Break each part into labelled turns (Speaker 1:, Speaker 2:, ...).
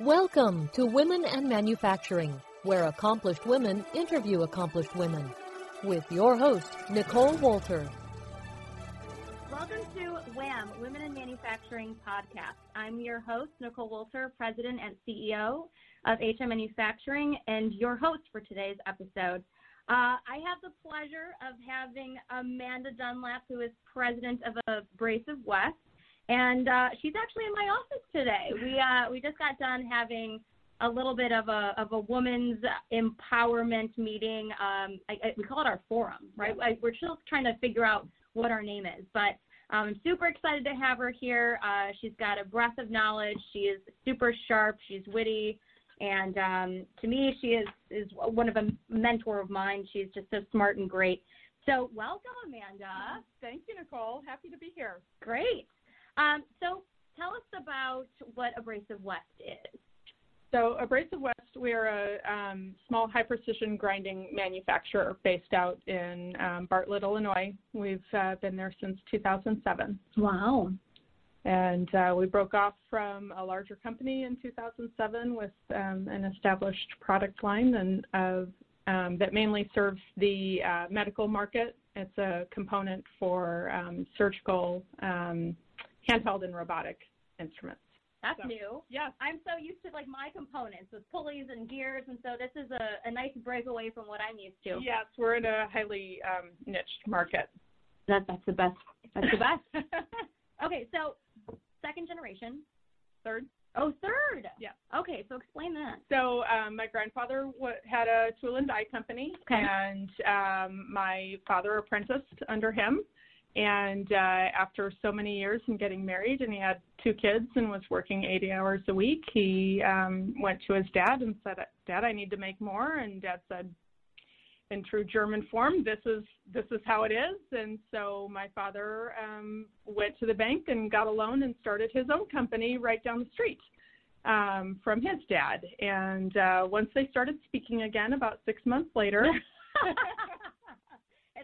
Speaker 1: Welcome to Women and Manufacturing, where accomplished women interview accomplished women. With your host, Nicole Walter.
Speaker 2: Welcome to WHAM, Women in Manufacturing Podcast. I'm your host, Nicole Walter, President and CEO of HM Manufacturing, and your host for today's episode. Uh, I have the pleasure of having Amanda Dunlap, who is president of Abrasive West, and uh, she's actually in my office today. We uh, we just got done having a little bit of a of a woman's empowerment meeting. Um, I, I, we call it our forum, right? I, we're still trying to figure out what our name is, but um, I'm super excited to have her here. Uh, she's got a breadth of knowledge. She is super sharp. She's witty. And um, to me, she is, is one of a mentor of mine. She's just so smart and great. So, welcome, Amanda.
Speaker 3: Thank you, Nicole. Happy to be here.
Speaker 2: Great. Um, so tell us about what Abrasive West is.
Speaker 3: So Abrasive West, we are a um, small high precision grinding manufacturer based out in um, Bartlett, Illinois. We've uh, been there since 2007.
Speaker 2: Wow.
Speaker 3: And uh, we broke off from a larger company in 2007 with um, an established product line and uh, that mainly serves the uh, medical market. It's a component for um, surgical um, handheld and robotic instruments.
Speaker 2: That's so, new.
Speaker 3: Yeah.
Speaker 2: I'm so used to like my components with pulleys and gears, and so this is a, a nice breakaway from what I'm used to.
Speaker 3: Yes, we're in a highly um, niched market.
Speaker 2: That, that's the best. That's the best. okay, so second generation,
Speaker 3: third.
Speaker 2: Oh, third.
Speaker 3: Yeah.
Speaker 2: Okay, so explain that.
Speaker 3: So um, my grandfather w- had a tool and die company, okay. and um, my father apprenticed under him and uh, after so many years and getting married and he had two kids and was working 80 hours a week he um, went to his dad and said dad i need to make more and dad said in true german form this is this is how it is and so my father um, went to the bank and got a loan and started his own company right down the street um, from his dad and uh, once they started speaking again about six months later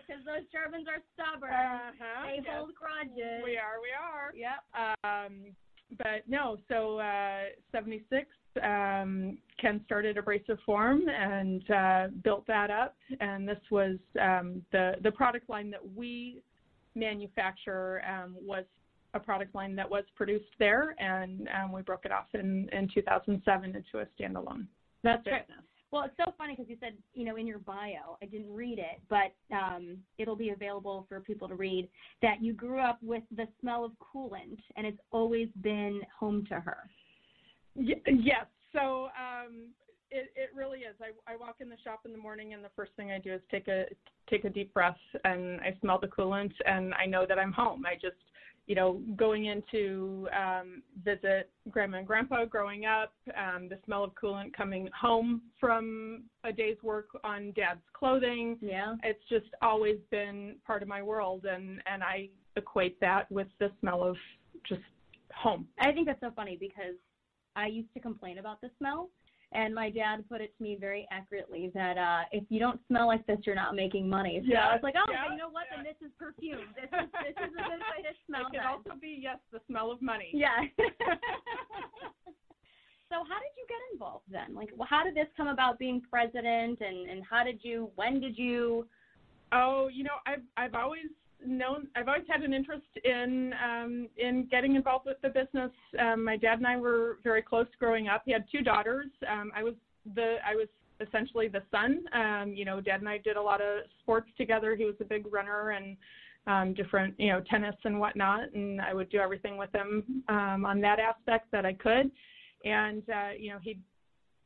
Speaker 2: because those Germans are stubborn. Uh-huh, they yes. hold grudges.
Speaker 3: Uh, We are, we are.
Speaker 2: Yep.
Speaker 3: Um, but no, so uh, 76, um, Ken started Abrasive Form and uh, built that up. And this was um, the, the product line that we manufacture um, was a product line that was produced there. And um, we broke it off in, in 2007 into a standalone.
Speaker 2: That's business. right. Well, it's so funny because you said, you know, in your bio, I didn't read it, but um, it'll be available for people to read that you grew up with the smell of coolant and it's always been home to her.
Speaker 3: Y- yes. So um, it, it really is. I, I walk in the shop in the morning and the first thing I do is take a take a deep breath and I smell the coolant and I know that I'm home. I just you know, going into um, visit grandma and grandpa growing up, um, the smell of coolant coming home from a day's work on dad's clothing.
Speaker 2: Yeah.
Speaker 3: It's just always been part of my world. And, and I equate that with the smell of just home.
Speaker 2: I think that's so funny because I used to complain about the smell. And my dad put it to me very accurately that uh, if you don't smell like this, you're not making money. So
Speaker 3: yeah,
Speaker 2: I was like, oh,
Speaker 3: yeah,
Speaker 2: you know what?
Speaker 3: Yeah.
Speaker 2: Then this is perfume. This is, this is a good way to smell.
Speaker 3: It could
Speaker 2: that.
Speaker 3: also be yes, the smell of money.
Speaker 2: Yeah. so how did you get involved then? Like, how did this come about being president? And and how did you? When did you?
Speaker 3: Oh, you know, I've I've always known I've always had an interest in um, in getting involved with the business. Um, my dad and I were very close growing up. He had two daughters. Um, I was the I was essentially the son. Um, you know, dad and I did a lot of sports together. He was a big runner and um, different you know tennis and whatnot, and I would do everything with him um, on that aspect that I could. And uh, you know, he'd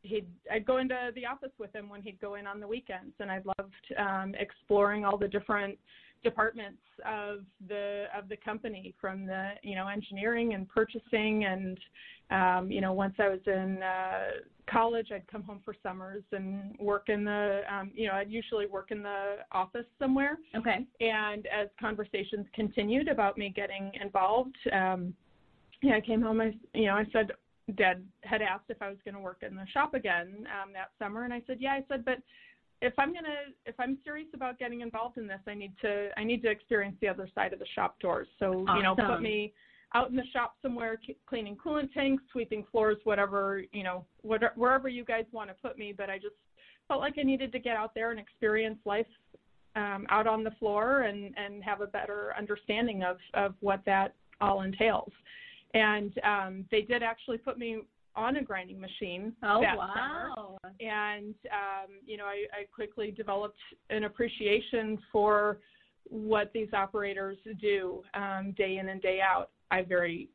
Speaker 3: he'd I'd go into the office with him when he'd go in on the weekends, and I loved um, exploring all the different departments of the of the company, from the you know engineering and purchasing, and um, you know once I was in uh, college, I'd come home for summers and work in the um, you know I'd usually work in the office somewhere.
Speaker 2: Okay.
Speaker 3: And as conversations continued about me getting involved, um, yeah, I came home. I you know I said Dad had asked if I was going to work in the shop again um, that summer, and I said, "Yeah." I said, "But if I'm gonna, if I'm serious about getting involved in this, I need to, I need to experience the other side of the shop doors. So
Speaker 2: awesome.
Speaker 3: you know, put me out in the shop somewhere c- cleaning coolant tanks, sweeping floors, whatever, you know, whatever, wherever you guys want to put me. But I just felt like I needed to get out there and experience life um, out on the floor and, and have a better understanding of, of what that all entails. And um, they did actually put me on a grinding machine
Speaker 2: Oh,
Speaker 3: that summer
Speaker 2: wow.
Speaker 3: and um, you know I, I quickly developed an appreciation for what these operators do um, day in and day out. I very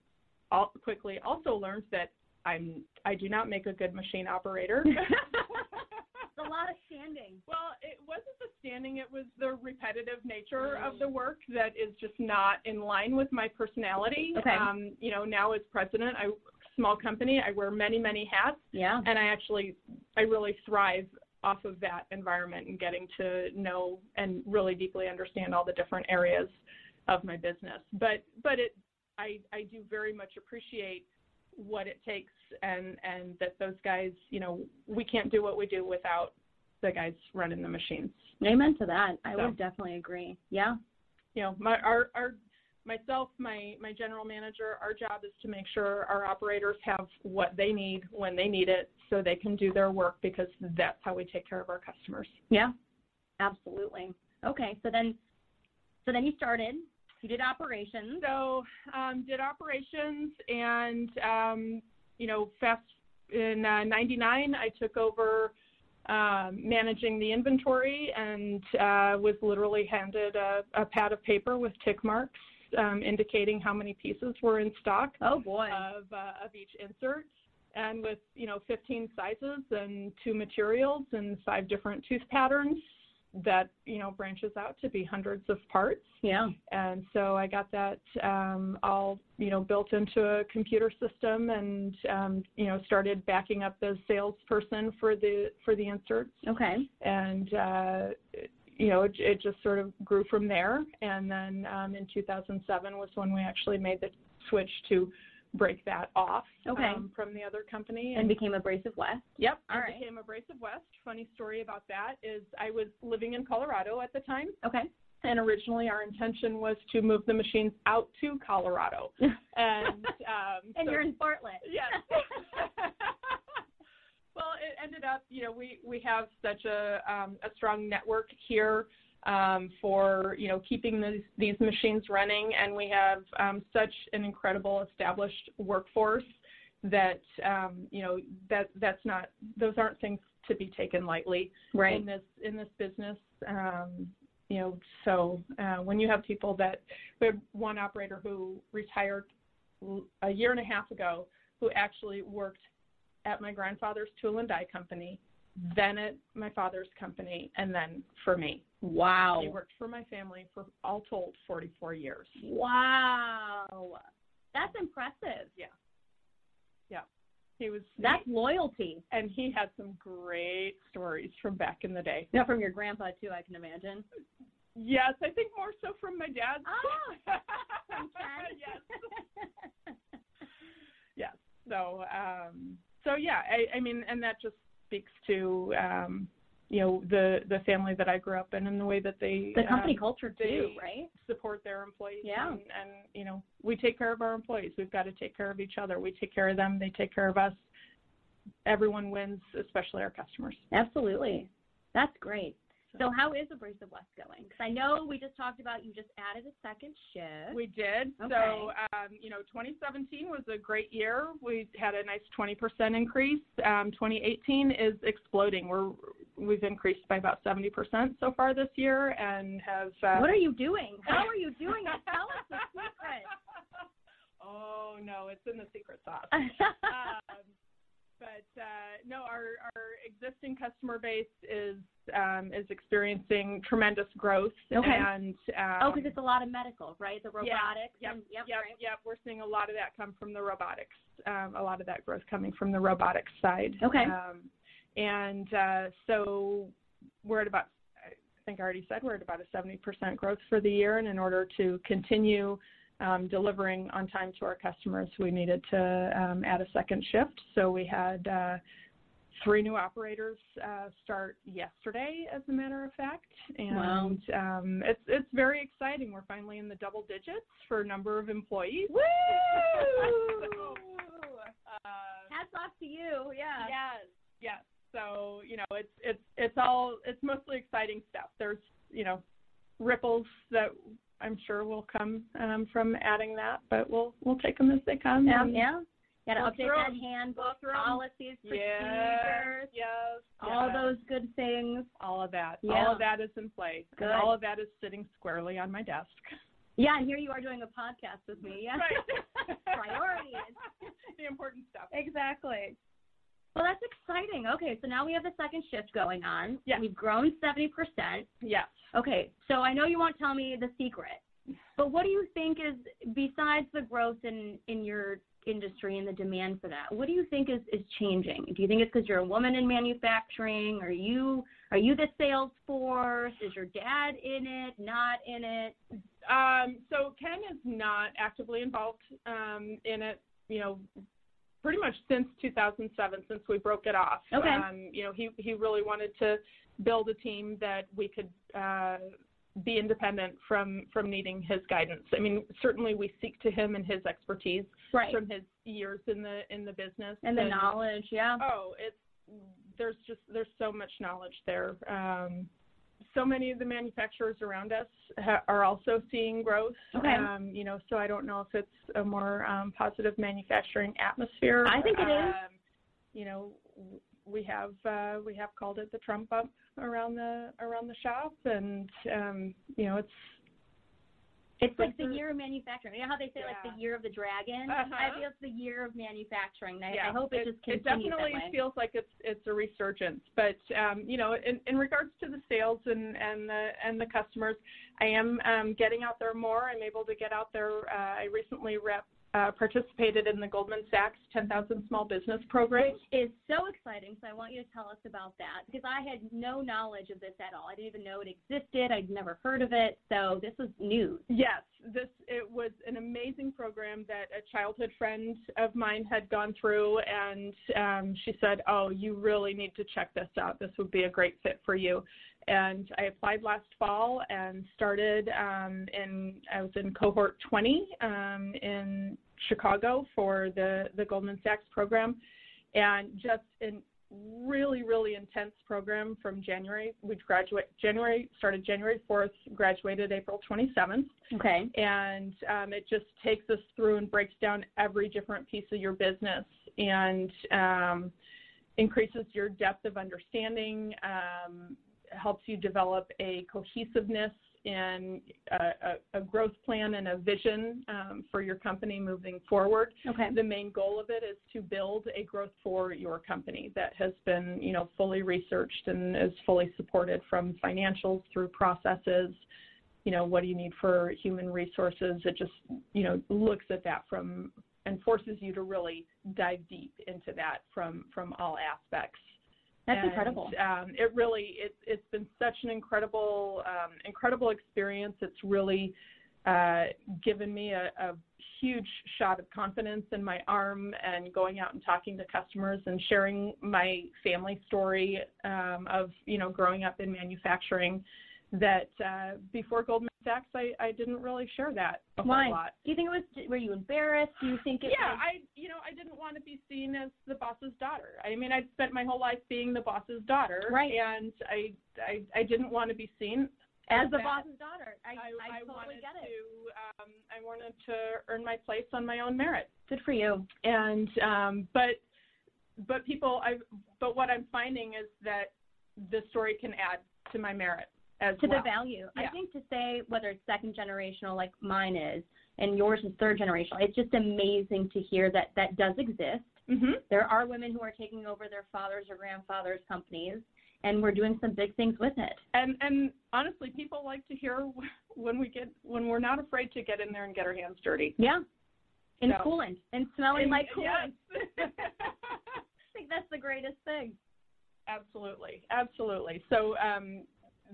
Speaker 3: al- quickly also learned that I'm I do not make a good machine operator.
Speaker 2: It's a lot of standing.
Speaker 3: Well, it wasn't the standing, it was the repetitive nature of the work that is just not in line with my personality.
Speaker 2: Okay.
Speaker 3: Um, you know, now as president, I small company, I wear many, many hats
Speaker 2: Yeah.
Speaker 3: and I actually I really thrive off of that environment and getting to know and really deeply understand all the different areas of my business. But but it I I do very much appreciate what it takes and and that those guys, you know, we can't do what we do without the guys running the machines.
Speaker 2: Amen to that. I
Speaker 3: So.
Speaker 2: would definitely agree. Yeah.
Speaker 3: You know, my our our myself, my my general manager, our job is to make sure our operators have what they need when they need it so they can do their work because that's how we take care of our customers.
Speaker 2: Yeah. Absolutely. Okay. So then, so then you started. You did operations.
Speaker 3: So um, did operations, and um, you know, fast in uh, '99, I took over um, managing the inventory and uh, was literally handed a, a pad of paper with tick marks um, indicating how many pieces were in stock
Speaker 2: Oh boy.
Speaker 3: of uh, of each insert. And with you know 15 sizes and two materials and five different tooth patterns, that you know branches out to be hundreds of parts
Speaker 2: yeah.
Speaker 3: and so I got that um, all you know built into a computer system, and um, you know started backing up the salesperson for the for the inserts,
Speaker 2: Okay.
Speaker 3: and uh, you know it, it just sort of grew from there. And then um, in 2007 was when we actually made the switch to break that off
Speaker 2: Okay.
Speaker 3: um, from the other company,
Speaker 2: And became abrasive West.
Speaker 3: Yep,
Speaker 2: All
Speaker 3: I
Speaker 2: right.
Speaker 3: became Abrasive West. Funny story about that is I was living in Colorado at the time,
Speaker 2: Okay.
Speaker 3: and originally our intention was to move the machines out to Colorado. And um,
Speaker 2: And
Speaker 3: so-
Speaker 2: you're in Bartlett.
Speaker 3: yes. well, it ended up, you know, we we have such a um, a strong network here um, for you know keeping these these machines running, and we have um, such an incredible established workforce that um, you know that that's not those aren't things to be taken lightly in
Speaker 2: Right.
Speaker 3: this in this business. Um, you know, so uh, when you have people that we had one operator who retired l- a year and a half ago, who actually worked at my grandfather's tool and die company, then at my father's company, and then for me.
Speaker 2: Wow.
Speaker 3: He worked for my family for all told 44 years.
Speaker 2: Wow. That's impressive.
Speaker 3: He was
Speaker 2: That's loyalty.
Speaker 3: and he had some great stories from back in the day.
Speaker 2: Now from your grandpa too, I can imagine.
Speaker 3: Yes, I think more so from my dad.
Speaker 2: Ah, From Ken.
Speaker 3: yes. yes. So, um, so yeah, I, I mean, and that just speaks to, um, you know, the, the family that I grew up in and the way that they
Speaker 2: the company
Speaker 3: um,
Speaker 2: culture too,
Speaker 3: they-
Speaker 2: right?
Speaker 3: support their employees.
Speaker 2: Yeah.
Speaker 3: And, and, you know, we take care of our employees. We've got to take care of each other. We take care of them. They take care of us. Everyone wins, especially our customers.
Speaker 2: Absolutely. That's great. So how is Abrasive West going? Because I know we just talked about you just added a second shift.
Speaker 3: We did.
Speaker 2: Okay.
Speaker 3: So, um, you know, 2017 was a great year. We had a nice 20% increase. Um, 2018 is exploding. We're we've increased by about 70% so far this year, and have. Uh,
Speaker 2: what are you doing? How are you doing it? Tell us the secret.
Speaker 3: Oh no, it's in the secret sauce.
Speaker 2: Uh,
Speaker 3: um, but uh, no, our, our existing customer base is um, is experiencing tremendous growth,
Speaker 2: Okay.
Speaker 3: and um,
Speaker 2: oh, because it's a lot of medical, right? The robotics.
Speaker 3: yep,
Speaker 2: and, yep,
Speaker 3: yep,
Speaker 2: right.
Speaker 3: yep. We're seeing a lot of that come from the robotics. Um, a lot of that growth coming from the robotics side.
Speaker 2: Okay.
Speaker 3: Um, and uh, so we're at about, I think I already said we're at about a 70% growth for the year. And in order to continue um, delivering on time to our customers, we needed to um, add a second shift. So we had uh, three new operators uh, start yesterday, as a matter of fact, and um, it's it's very exciting. We're finally in the double digits for number of employees. Woo! uh,
Speaker 2: Hats off to you. Yeah.
Speaker 3: yes, yes. So you know, it's it's it's all it's mostly exciting stuff. There's you know, ripples that I'm sure will come um, from adding that, but we'll we'll take them as they come.
Speaker 2: Yeah.
Speaker 3: and-
Speaker 2: yeah. Got to
Speaker 3: Go
Speaker 2: update
Speaker 3: through
Speaker 2: that
Speaker 3: 'em.
Speaker 2: handbook,
Speaker 3: through 'em.
Speaker 2: policies,
Speaker 3: Yes,
Speaker 2: procedures,
Speaker 3: yes,
Speaker 2: all
Speaker 3: yes.
Speaker 2: those good things.
Speaker 3: all of that.
Speaker 2: Yeah.
Speaker 3: All of that is in play.
Speaker 2: Good.
Speaker 3: And all of that is sitting squarely on my desk.
Speaker 2: Yeah, and here you are doing a podcast with me. Yeah.
Speaker 3: Right.
Speaker 2: Priorities.
Speaker 3: the important stuff.
Speaker 2: Exactly. Well, that's exciting. Okay, so now we have the second shift going on.
Speaker 3: Yes.
Speaker 2: We've grown 70%.
Speaker 3: Yes.
Speaker 2: Okay, so I know you won't tell me the secret, but what do you think is, besides the growth in, in your industry and the demand for that, what do you think is, is changing? Do you think it's because you're a woman in manufacturing? Are you, are you the sales force? Is your dad in it, not in it?
Speaker 3: Um, so Ken is not actively involved um, in it, you know, pretty much since 2007, since we broke it off.
Speaker 2: Okay.
Speaker 3: Um, you know, he, he really wanted to build a team that we could uh, be independent from, from needing his guidance. I mean, certainly we seek to him and his expertise
Speaker 2: Right.
Speaker 3: from his years in the in the business
Speaker 2: And the knowledge, yeah.
Speaker 3: oh it's there's just there's so much knowledge there um so many of the manufacturers around us ha- are also seeing growth
Speaker 2: Okay.
Speaker 3: um you know so i don't know if it's a more um positive manufacturing atmosphere
Speaker 2: I think it is.
Speaker 3: Um, you know w- we have uh we have called it the trump bump around the around the shop and um you know it's
Speaker 2: It's like
Speaker 3: Like
Speaker 2: the
Speaker 3: the-
Speaker 2: year of manufacturing. You know how they say like
Speaker 3: Yeah.
Speaker 2: the year of the dragon?
Speaker 3: Uh-huh.
Speaker 2: I feel it's the year of manufacturing. I,
Speaker 3: yeah,
Speaker 2: I hope it, just continues
Speaker 3: It definitely
Speaker 2: that way.
Speaker 3: feels like it's it's a resurgence. But um, you know, in, in regards to the sales and and the and the customers, I am um, getting out there more. I'm able to get out there. Uh, I recently rep. Uh, participated in the Goldman Sachs 10,000 Small Business Program.
Speaker 2: is so exciting. So I want you to tell us about that because I had no knowledge of this at all. I didn't even know it existed. I'd never heard of it. So this was news.
Speaker 3: Yes, this it was an amazing program that a childhood friend of mine had gone through, and um, she said, "Oh, you really need to check this out. This would be a great fit for you." And I applied last fall and started um, in I was in cohort 20 um, in Chicago for the the Goldman Sachs program, and just in really really intense program from January. We graduate January started January 4th, graduated April 27th
Speaker 2: Okay.
Speaker 3: and um, it just takes us through and breaks down every different piece of your business and um, increases your depth of understanding, um, helps you develop a cohesiveness and a, a, a growth plan and a vision um, for your company moving forward.
Speaker 2: Okay.
Speaker 3: The main goal of it is to build a growth for your company that has been, you know, fully researched and is fully supported from financials through processes. You know, what do you need for human resources? It just, you know, looks at that from and forces you to really dive deep into that from from all aspects.
Speaker 2: That's
Speaker 3: And,
Speaker 2: incredible.
Speaker 3: Um, it really it, it's been such an incredible um, incredible experience. It's really uh, given me a, a huge shot of confidence in my arm and going out and talking to customers and sharing my family story um, of you know growing up in manufacturing. That uh, before Goldman Sachs, I, I didn't really share that a whole
Speaker 2: Why?
Speaker 3: lot.
Speaker 2: Do you think it was? Were you embarrassed? Do you think it?
Speaker 3: Yeah,
Speaker 2: was,
Speaker 3: I you know I didn't want to be seen as the boss's daughter. I mean, I'd spent my whole life being the boss's daughter,
Speaker 2: Right.
Speaker 3: And I I, I didn't want to be seen
Speaker 2: as the
Speaker 3: that.
Speaker 2: boss's daughter, I, I, totally
Speaker 3: wanted
Speaker 2: get it.
Speaker 3: to um, I wanted to earn my place on my own merit.
Speaker 2: Good for you.
Speaker 3: And um, but but people I but what I'm finding is that the story can add to my merit as
Speaker 2: to
Speaker 3: well.
Speaker 2: the value. I
Speaker 3: Yeah.
Speaker 2: think to say whether it's second generational like mine is and yours is third generational, it's just amazing to hear that that does exist.
Speaker 3: hmm
Speaker 2: There are women who are taking over their fathers or grandfathers' companies, and we're doing some big things with it.
Speaker 3: And and honestly, people like to hear when we get when we're not afraid to get in there and get our hands dirty.
Speaker 2: Yeah. And
Speaker 3: So-
Speaker 2: coolant and smelling like coolant.
Speaker 3: Yes.
Speaker 2: I think that's the greatest thing.
Speaker 3: absolutely, absolutely. So um,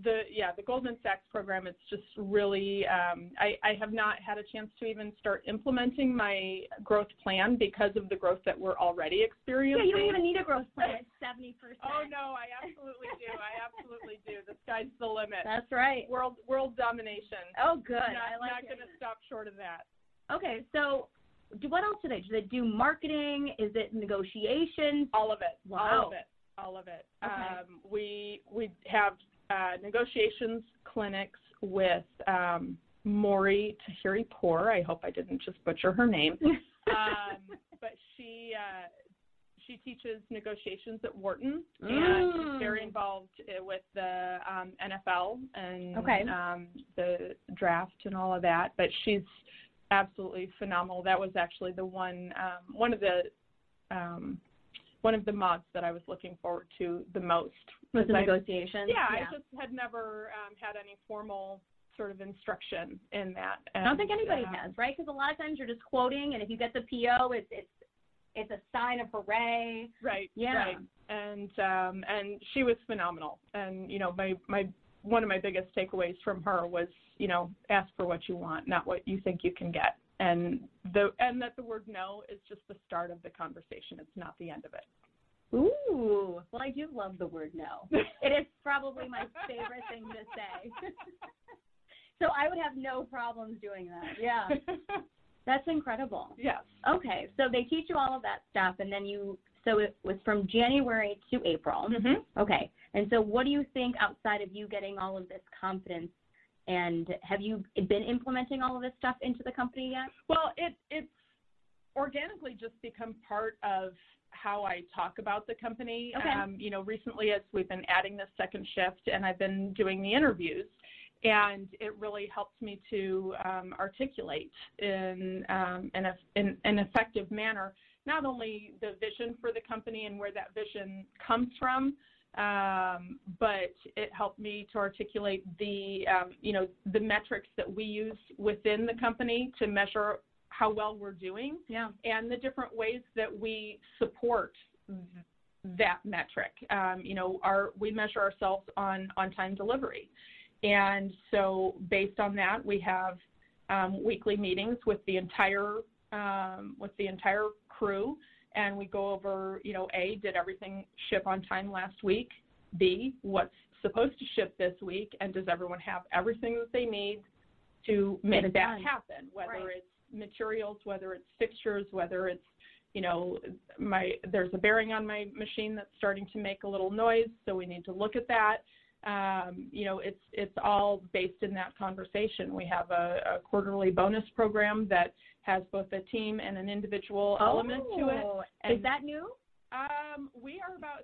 Speaker 3: the yeah the Goldman Sachs program. It's just really um, I, I have not had a chance to even start implementing my growth plan because of the growth that we're already
Speaker 2: Yeah,
Speaker 3: experiencing.
Speaker 2: you don't even need a growth plan. It's seventy percent.
Speaker 3: oh no, I absolutely do. I absolutely do. The sky's the limit.
Speaker 2: That's right.
Speaker 3: world world domination.
Speaker 2: Oh, good.
Speaker 3: Not,
Speaker 2: I like
Speaker 3: not
Speaker 2: it.
Speaker 3: going to stop short of that.
Speaker 2: Okay, so do what else do they do? They do marketing. Is it negotiations?
Speaker 3: All of it.
Speaker 2: Wow.
Speaker 3: All of it. All of it.
Speaker 2: Okay.
Speaker 3: Um, we we have uh, negotiations clinics with um, Maury Tahiri Poor. I hope I didn't just butcher her name. um, but she uh, she teaches negotiations at Wharton and
Speaker 2: Mm.
Speaker 3: she's very involved uh, with the um, NFL and
Speaker 2: Okay.
Speaker 3: um, the draft and all of that. But she's absolutely phenomenal. That was actually the one um, one of the um, one of the mods that I was looking forward to the most.
Speaker 2: with the
Speaker 3: I-
Speaker 2: negotiations.
Speaker 3: yeah, I just had never um, had any formal sort of instruction in that.
Speaker 2: I don't think
Speaker 3: And,
Speaker 2: anybody
Speaker 3: um,
Speaker 2: has, right? Because a lot of times you're just quoting, and if you get the PO, it's it's it's a sign of hooray.
Speaker 3: Right.
Speaker 2: Yeah.
Speaker 3: Right. And um, and she was phenomenal. And you know, my my one of my biggest takeaways from her was you know ask for what you want, not what you think you can get. And the and that the word no is just the start of the conversation. It's not the end of it.
Speaker 2: Ooh, well, I do love the word no. It is probably my favorite thing to say. so I would have no problems doing that. Yeah, that's incredible.
Speaker 3: yes.
Speaker 2: Okay, so they teach you all of that stuff, and then you. So it was from January to April.
Speaker 3: Mm-hmm.
Speaker 2: Okay, and so what do you think outside of you getting all of this confidence? And have you been implementing all of this stuff into the company yet?
Speaker 3: Well, it it's organically just become part of how I talk about the company.
Speaker 2: Okay.
Speaker 3: Um, you know, recently as we've been adding this second shift, and I've been doing the interviews, and it really helps me to um, articulate in um, in, a, in an effective manner not only the vision for the company and where that vision comes from. Um, but it helped me to articulate the, um, you know, the metrics that we use within the company to measure how well we're doing
Speaker 2: Yeah.
Speaker 3: and the different ways that we support that metric. Um, you know, our we measure ourselves on on-time delivery, and so based on that, we have um, weekly meetings with the entire um, with the entire crew, and we go over. You know, a did everything ship on time last week? B what's supposed to ship this week, and does everyone have everything that they need to make
Speaker 2: it
Speaker 3: that
Speaker 2: done.
Speaker 3: happen? Whether
Speaker 2: Right.
Speaker 3: it's materials, whether it's fixtures, whether it's you know, my there's a bearing on my machine that's starting to make a little noise, so we need to look at that. Um, you know, it's it's all based in that conversation. We have a, a quarterly bonus program that has both a team and an individual element to it.
Speaker 2: Oh, Is
Speaker 3: and-
Speaker 2: that new?
Speaker 3: Um, we are about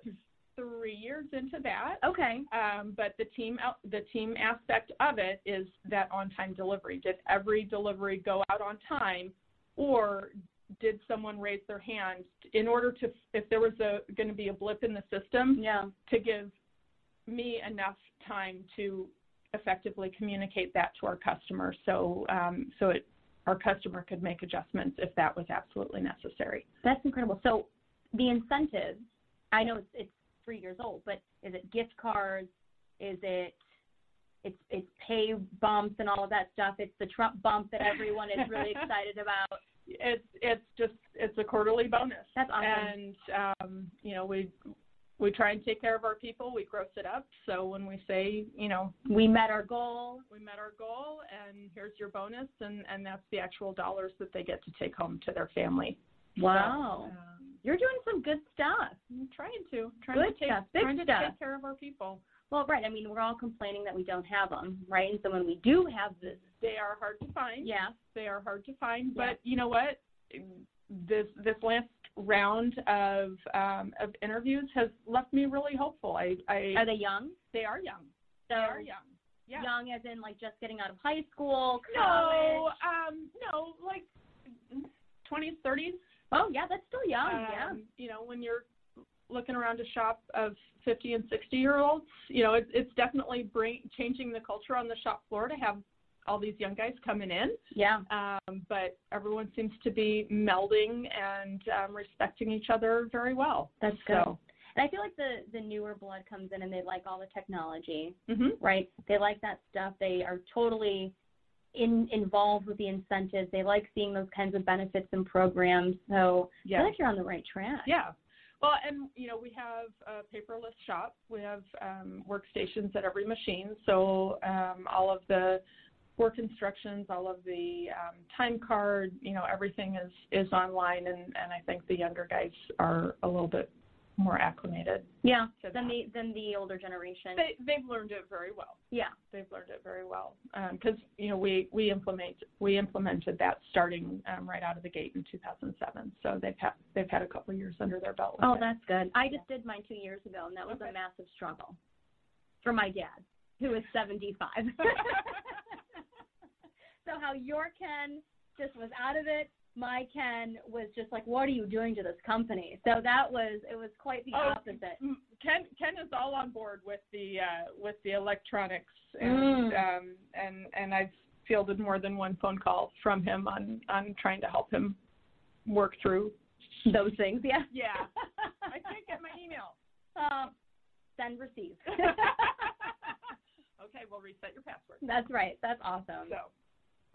Speaker 3: three years into that.
Speaker 2: Okay.
Speaker 3: Um, but the team out, the team aspect of it is that on-time delivery. Did every delivery go out on time, or did someone raise their hand in order to if there was a going to be a blip in the system
Speaker 2: Yeah.
Speaker 3: to give me enough time to effectively communicate that to our customer so um, so it, our customer could make adjustments if that was absolutely necessary.
Speaker 2: That's incredible. So the incentives, I know it's, it's three years old, but is it gift cards? Is it it's it's pay bumps and all of that stuff? It's the Trump bump that everyone is really excited about.
Speaker 3: It's it's just it's a quarterly bonus.
Speaker 2: That's awesome.
Speaker 3: And um, you know, we we try and take care of our people. We gross it up. So when we say, you know,
Speaker 2: we met our goal.
Speaker 3: we met our goal and here's your bonus, and and that's the actual dollars that they get to take home to their family.
Speaker 2: Wow.
Speaker 3: So,
Speaker 2: You're doing some good stuff.
Speaker 3: um, I'm trying to trying
Speaker 2: Good
Speaker 3: to take
Speaker 2: stuff, big
Speaker 3: trying to
Speaker 2: stuff.
Speaker 3: take care of our people.
Speaker 2: Well, right. I mean, we're all complaining that we don't have them, right? And so when we do have this,
Speaker 3: They are hard to find.
Speaker 2: yeah,
Speaker 3: They are hard to find.
Speaker 2: Yeah.
Speaker 3: But you know what? This this last round of um, of interviews has left me really hopeful. I, I
Speaker 2: are they young?
Speaker 3: they are young.
Speaker 2: So
Speaker 3: they are young. Yeah.
Speaker 2: young, as in like just getting out of high school.
Speaker 3: No, um, no, like twenties, thirties.
Speaker 2: college. Oh yeah, that's still young.
Speaker 3: um,
Speaker 2: yeah.
Speaker 3: You know, when you're looking around a shop of fifty and sixty year olds, you know, it's it's definitely bring, changing the culture on the shop floor to have all these young guys coming in.
Speaker 2: Yeah.
Speaker 3: Um, but everyone seems to be melding and um, respecting each other very well.
Speaker 2: That's
Speaker 3: so.
Speaker 2: And I feel like the the newer blood comes in and they like all the technology,
Speaker 3: hmm
Speaker 2: right? They like that stuff. They are totally in involved with the incentives. They like seeing those kinds of benefits and programs. So I feel
Speaker 3: Yeah.
Speaker 2: like you're on the right track.
Speaker 3: Yeah. Well, and you know, we have a paperless shop. We have um, workstations at every machine, so um, all of the work instructions, all of the um, time card, you know, everything is is online, and and I think the younger guys are a little bit more acclimated.
Speaker 2: Yeah.
Speaker 3: to
Speaker 2: Than
Speaker 3: that.
Speaker 2: the than the older generation.
Speaker 3: They they've learned it very well.
Speaker 2: yeah.
Speaker 3: They've learned it very well because you know we we implement we implemented that starting um, right out of the gate in 2007. So they've had they've had a couple of years under their belt. With
Speaker 2: Oh,
Speaker 3: it.
Speaker 2: that's good. I just did mine two years ago, and that was
Speaker 3: Okay.
Speaker 2: a massive struggle for my dad, who is 75. so how your Ken just was out of it, my Ken was just like, "What are you doing to this company?" So that was it was quite the
Speaker 3: Oh,
Speaker 2: opposite.
Speaker 3: Mm, Ken Ken is all on board with the uh, with the electronics, and
Speaker 2: Mm.
Speaker 3: um, and and I've fielded more than one phone call from him on on trying to help him work through.
Speaker 2: Those things, yeah.
Speaker 3: Yeah, I can't get my email.
Speaker 2: Uh, send receive.
Speaker 3: okay, we'll reset your password.
Speaker 2: that's right. That's awesome.
Speaker 3: So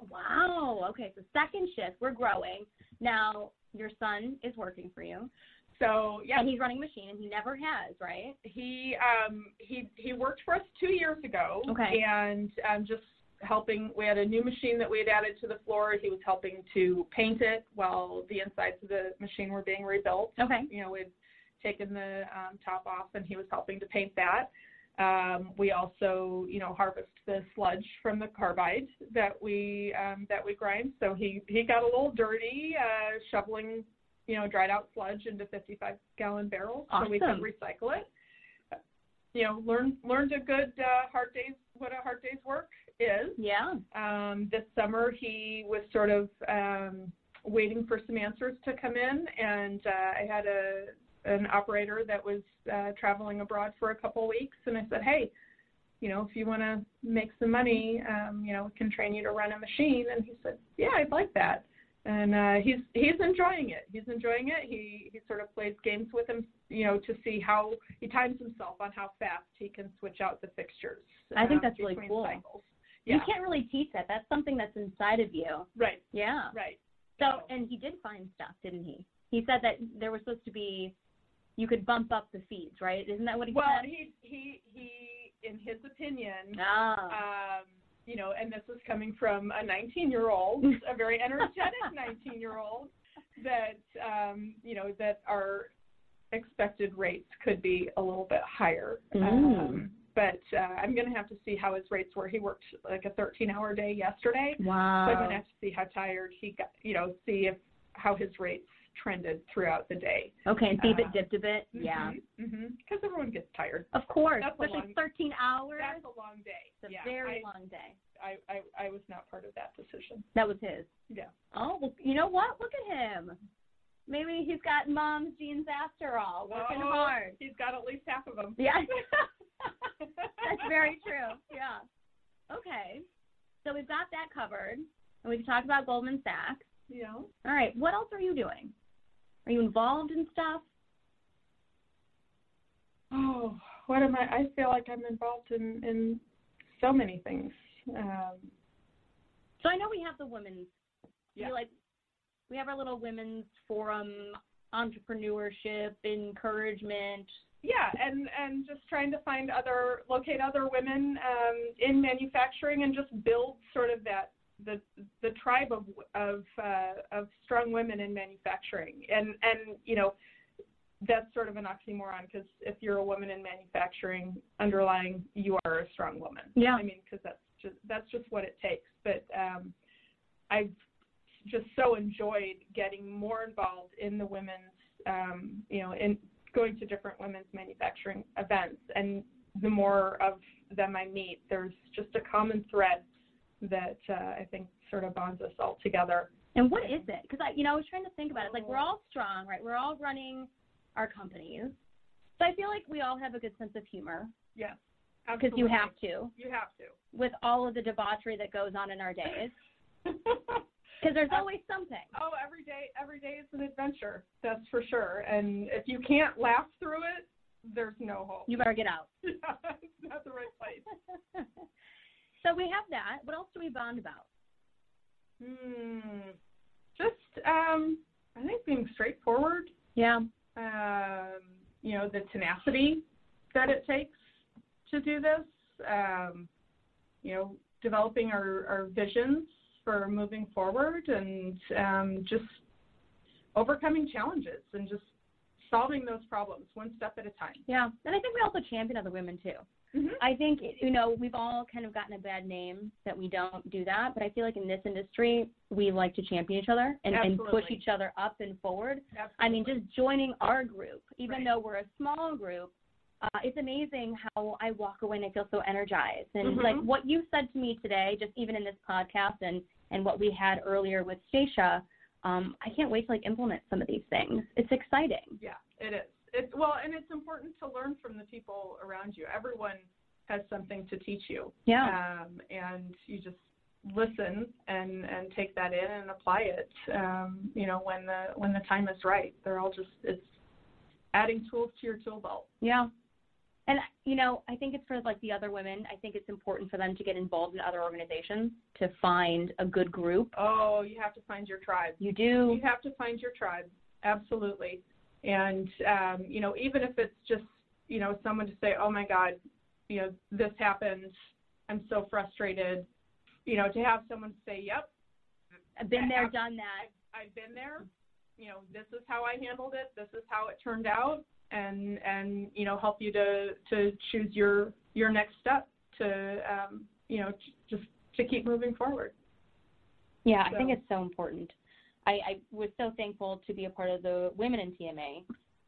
Speaker 2: Wow. Okay. So second shift, we're growing now. Your son is working for you.
Speaker 3: so yeah,
Speaker 2: And he's running a machine, and he never has, right?
Speaker 3: he um he he worked for us two years ago
Speaker 2: Okay.
Speaker 3: and um just helping we had a new machine that we had added to the floor he was helping to paint it while the insides of the machine were being rebuilt
Speaker 2: Okay.
Speaker 3: you know we'd taken the um, top off and he was helping to paint that um, we also you know harvest the sludge from the carbide that we um, that we grind so he he got a little dirty uh, shoveling you know dried out sludge into 55 gallon barrels so we could
Speaker 2: Awesome.
Speaker 3: recycle it you know learn learned a good uh, hard days what a hard day's work is
Speaker 2: Yeah.
Speaker 3: um, this summer he was sort of um, waiting for some answers to come in, and uh, I had a an operator that was uh, traveling abroad for a couple weeks, and I said, hey, you know, if you want to make some money, um, you know, we can train you to run a machine. And he said, yeah, I'd like that. And uh, he's he's enjoying it. He's enjoying it. He he sort of plays games with him, you know, to see how he times himself on how fast he can switch out the fixtures.
Speaker 2: I think
Speaker 3: um,
Speaker 2: that's really
Speaker 3: between
Speaker 2: cool.
Speaker 3: Cycles. Yeah.
Speaker 2: You can't really teach that. That's something that's inside of you.
Speaker 3: Right.
Speaker 2: Yeah.
Speaker 3: Right.
Speaker 2: So, and he did find stuff, didn't he? He said that there was supposed to be, you could bump up the fees, right? Isn't that what he
Speaker 3: well,
Speaker 2: said?
Speaker 3: he he he, in his opinion,
Speaker 2: Ah.
Speaker 3: um, you know, and this is coming from a 19-year-old, a very energetic 19-year-old, that um, you know that our expected rates could be a little bit higher.
Speaker 2: Mm-hmm.
Speaker 3: Um, but uh, I'm going to have to see how his rates were. He worked like a 13-hour day yesterday, so I'm going to
Speaker 2: wow.
Speaker 3: have to see how tired he got. You know, see if how his rates trended throughout the day.
Speaker 2: Okay, and see if
Speaker 3: uh,
Speaker 2: it dipped a bit. Yeah.
Speaker 3: Because everyone gets tired.
Speaker 2: Of course,
Speaker 3: That's a
Speaker 2: especially
Speaker 3: long-
Speaker 2: 13 hours.
Speaker 3: That's a long day.
Speaker 2: it's a
Speaker 3: yeah,
Speaker 2: very
Speaker 3: I,
Speaker 2: long day.
Speaker 3: I, I, I was not part of that decision.
Speaker 2: That was his.
Speaker 3: Yeah.
Speaker 2: Oh, well, you know what? Look at him. Maybe he's got mom's genes after all, working
Speaker 3: Oh,
Speaker 2: hard.
Speaker 3: He's got at least half of them.
Speaker 2: Yeah. That's very true. Yeah. Okay. So we've got that covered, and we've talked about Goldman Sachs.
Speaker 3: You know,
Speaker 2: All right. What else are you doing? Are you involved in stuff?
Speaker 3: oh, what am I? I feel like I'm involved in in so many things. Um,
Speaker 2: So I know we have the women's. we
Speaker 3: Yeah.
Speaker 2: like we have our little women's forum, entrepreneurship, encouragement.
Speaker 3: yeah, and and just trying to find other locate other women um, in manufacturing and just build sort of that the the tribe of of uh, of strong women in manufacturing and and you know that's sort of an oxymoron because if you're a woman in manufacturing underlying you are a strong woman
Speaker 2: Yeah.
Speaker 3: i mean because that's just that's just what it takes but um i've just so enjoyed getting more involved in the women's um you know in going to different women's manufacturing events and the more of them i meet there's just a common thread that uh, I think sort of bonds us all together.
Speaker 2: And what is it? Because I, you know, I was trying to think about it. Like we're all strong, right? We're all running our companies. So I feel like we all have a good sense of humor
Speaker 3: Yes,
Speaker 2: because you have to.
Speaker 3: you have to.
Speaker 2: with all of the debauchery that goes on in our days because there's always something.
Speaker 3: oh, every day every day is an adventure. That's for sure. And if you can't laugh through it, there's no hope.
Speaker 2: You better get out.
Speaker 3: it's not the right place.
Speaker 2: so we have that. What else do we bond about?
Speaker 3: Hmm. Just um, I think being straightforward.
Speaker 2: Yeah.
Speaker 3: Um, you know the tenacity that it takes to do this. Um, you know, developing our, our visions for moving forward and um, just overcoming challenges and just solving those problems one step at a time.
Speaker 2: Yeah. And I think we also champion other women too.
Speaker 3: Mhm.
Speaker 2: I think you know we've all kind of gotten a bad name that we don't do that, but I feel like in this industry we like to champion each other and, and push
Speaker 3: Absolutely.
Speaker 2: each other up and forward.
Speaker 3: Absolutely.
Speaker 2: I mean, just joining our group, even
Speaker 3: Right.
Speaker 2: though we're a small group, uh, it's amazing how I walk away and I feel so energized. And
Speaker 3: Mhm.
Speaker 2: like what you said to me today, just even in this podcast and and what we had earlier with Stacia, um, I can't wait to like implement some of these things. It's exciting.
Speaker 3: Yeah, it is. It's well, and it's important to learn from the people around you. Everyone has something to teach you,
Speaker 2: Yeah.
Speaker 3: um, and you just listen and and take that in and apply it. Um, you know, when the when the time is right, they're all just it's adding tools to your tool belt.
Speaker 2: Yeah. And you know, I think it's for like the other women. I think it's important for them to get involved in other organizations to find a good group.
Speaker 3: Oh, you have to find your tribe.
Speaker 2: You do.
Speaker 3: You have to find your tribe, absolutely. And um, you know, even if it's just you know someone to say, "Oh my God, you know this happened. I'm so frustrated." You know, to have someone say, "Yep,
Speaker 2: I've been there,
Speaker 3: Ab-
Speaker 2: done that.
Speaker 3: I've, I've been there. You know, this is how I handled it. This is how it turned out," and and you know, help you to to choose your your next step to um, you know j- just to keep moving forward.
Speaker 2: Yeah, I
Speaker 3: So-
Speaker 2: think it's so important. I, I was so thankful to be a part of the women in TMA.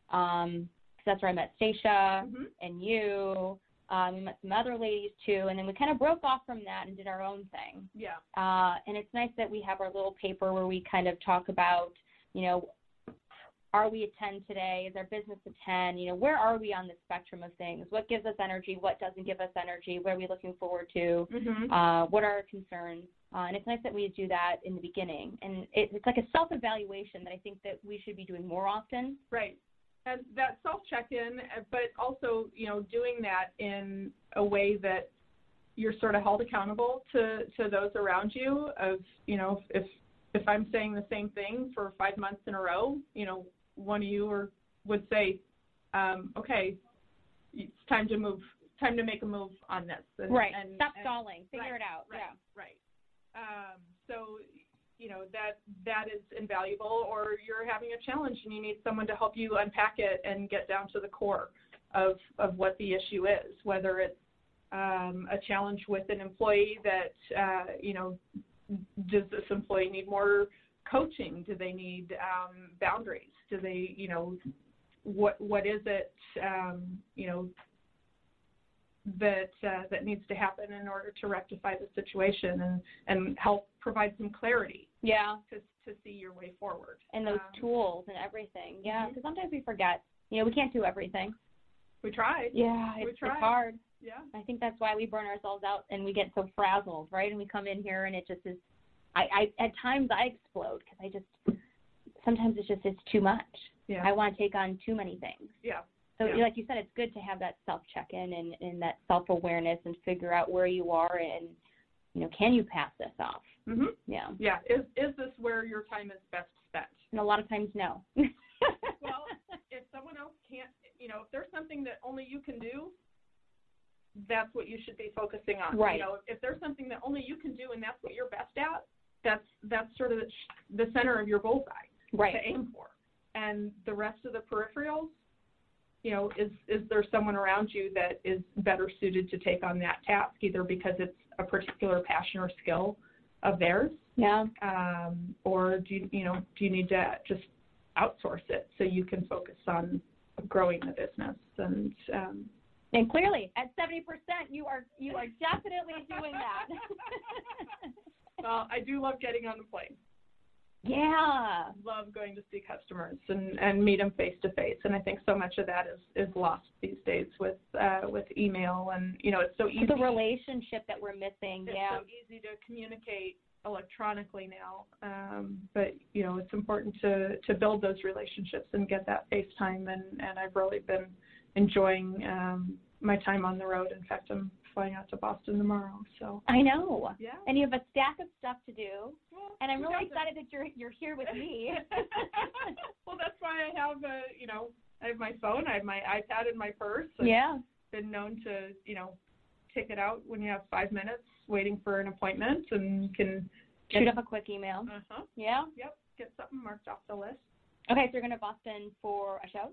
Speaker 2: Um, 'cause that's where I met Stacia
Speaker 3: Mhm.
Speaker 2: and you. Um, we met some other ladies too, and then we kind of broke off from that and did our own thing.
Speaker 3: Yeah.
Speaker 2: uh, and it's nice that we have our little paper where we kind of talk about, you know, are we a 10 today? Is our business a 10? You know, where are we on the spectrum of things? What gives us energy? What doesn't give us energy? What are we looking forward to?
Speaker 3: Mm-hmm.
Speaker 2: Uh, what are our concerns? Uh, and it's nice that we do that in the beginning. And it, it's like a self evaluation that I think that we should be doing more often.
Speaker 3: Right. And that self check in, but also, you know, doing that in a way that you're sort of held accountable to, to those around you of, you know, if if I'm saying the same thing for five months in a row, you know, one of you or would say, um, okay, it's time to move, time to make a move on this. And, And,
Speaker 2: Stop
Speaker 3: and-
Speaker 2: stalling. Figure
Speaker 3: right,
Speaker 2: it out.
Speaker 3: Right. Right. Um, so, you know that that is invaluable. Or you're having a challenge and you need someone to help you unpack it and get down to the core of of what the issue is. Whether it's um, a challenge with an employee that uh, you know, does this employee need more coaching? Do they need um, boundaries? Do they you know, what what is it um, you know that uh, that needs to happen in order to rectify the situation and, and help provide some clarity
Speaker 2: Yeah. Yeah.
Speaker 3: to, to see your way forward.
Speaker 2: And those
Speaker 3: Um,
Speaker 2: tools and everything. Yeah.
Speaker 3: mhm.
Speaker 2: Because sometimes we forget, you know, we can't do everything.
Speaker 3: We tried.
Speaker 2: Yeah.
Speaker 3: We
Speaker 2: It's,
Speaker 3: tried.
Speaker 2: it's hard.
Speaker 3: Yeah.
Speaker 2: I think that's why we burn ourselves out and we get so frazzled, right? And we come in here and it just is. I, I at times I explode because I just sometimes it's just it's too much.
Speaker 3: Yeah.
Speaker 2: I want to take on too many things.
Speaker 3: yeah.
Speaker 2: So
Speaker 3: Yeah.
Speaker 2: like you said, it's good to have that self check in and, and that self awareness and figure out where you are and you know can you pass this off?
Speaker 3: hmm
Speaker 2: Yeah.
Speaker 3: Yeah. Is is this where your time is best spent?
Speaker 2: And a lot of times no.
Speaker 3: Well, if someone else can't, you know, if there's something that only you can do, that's what you should be focusing on.
Speaker 2: Right.
Speaker 3: You know, if there's something that only you can do and that's what you're best at, that's that's sort of the, the center of your bullseye.
Speaker 2: right.
Speaker 3: to aim for. And the rest of the peripherals, you know, is is there someone around you that is better suited to take on that task, either because it's a particular passion or skill of theirs,
Speaker 2: Yeah.
Speaker 3: um, or do you, you know do you need to just outsource it so you can focus on growing the business and um,
Speaker 2: And clearly at seventy percent you are you are definitely doing that.
Speaker 3: well, I do love getting on the plane.
Speaker 2: yeah.
Speaker 3: love going to see customers and, and meet them face to face. And I think so much of that is, is lost these days with uh, with email and you know it's so easy.
Speaker 2: the relationship that we're missing.
Speaker 3: it's
Speaker 2: yeah.
Speaker 3: so easy to communicate electronically now. Um, but you know it's important to to build those relationships and get that face time. And and I've really been enjoying um, my time on the road. In fact, I'm flying out to Boston tomorrow. So
Speaker 2: I know.
Speaker 3: yeah,
Speaker 2: And you have a stack of stuff to do.
Speaker 3: Well,
Speaker 2: And I'm
Speaker 3: who
Speaker 2: really
Speaker 3: doesn't?
Speaker 2: excited that you're you're here with me.
Speaker 3: well, that's why I have a you know I have my phone, I have my iPad in my purse. I've
Speaker 2: yeah.
Speaker 3: been known to you know take it out when you have five minutes waiting for an appointment and can
Speaker 2: Shoot up a quick email.
Speaker 3: Uh huh.
Speaker 2: Yeah.
Speaker 3: Yep. Get something marked off the list.
Speaker 2: Okay, so you're going to Boston for a show?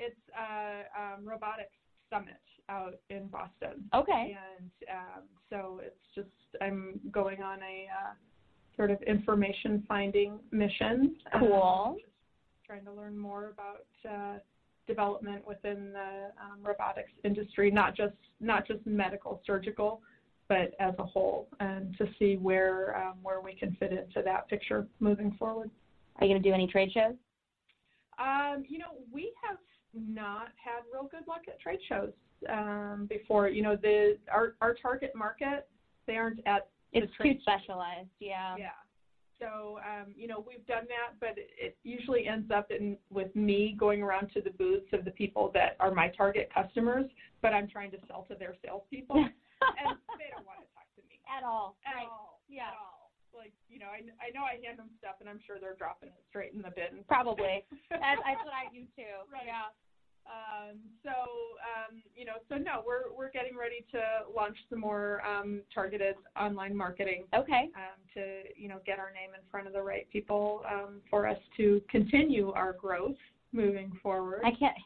Speaker 3: It's uh, um, robotics summit out in Boston.
Speaker 2: Okay.
Speaker 3: And um, so it's just I'm going on a uh, sort of information finding mission. Um,
Speaker 2: Cool.
Speaker 3: just trying to learn more about uh, development within the um, robotics industry, not just not just medical surgical, but as a whole, and to see where um, where we can fit into that picture moving forward.
Speaker 2: Are you going to do any trade shows?
Speaker 3: Um, you know, we have not had real good luck at trade shows um, before. You know, the our our target market they aren't at The
Speaker 2: It's too
Speaker 3: trade show.
Speaker 2: specialized. Yeah.
Speaker 3: yeah. So um, you know, we've done that, but it, it usually ends up in with me going around to the booths of the people that are my target customers, but I'm trying to sell to their salespeople, and they don't want to talk to me
Speaker 2: At all.
Speaker 3: at
Speaker 2: Right.
Speaker 3: all.
Speaker 2: Yeah.
Speaker 3: At all. Like you know, I I know I hand them stuff, and I'm sure they're dropping it straight in the bin.
Speaker 2: Probably. That's, that's what I do too.
Speaker 3: Right.
Speaker 2: Yeah.
Speaker 3: Um, so um, you know, so no, we're we're getting ready to launch some more um, targeted online marketing
Speaker 2: Okay.
Speaker 3: um, to you know get our name in front of the right people um, for us to continue our growth moving forward.
Speaker 2: I can't.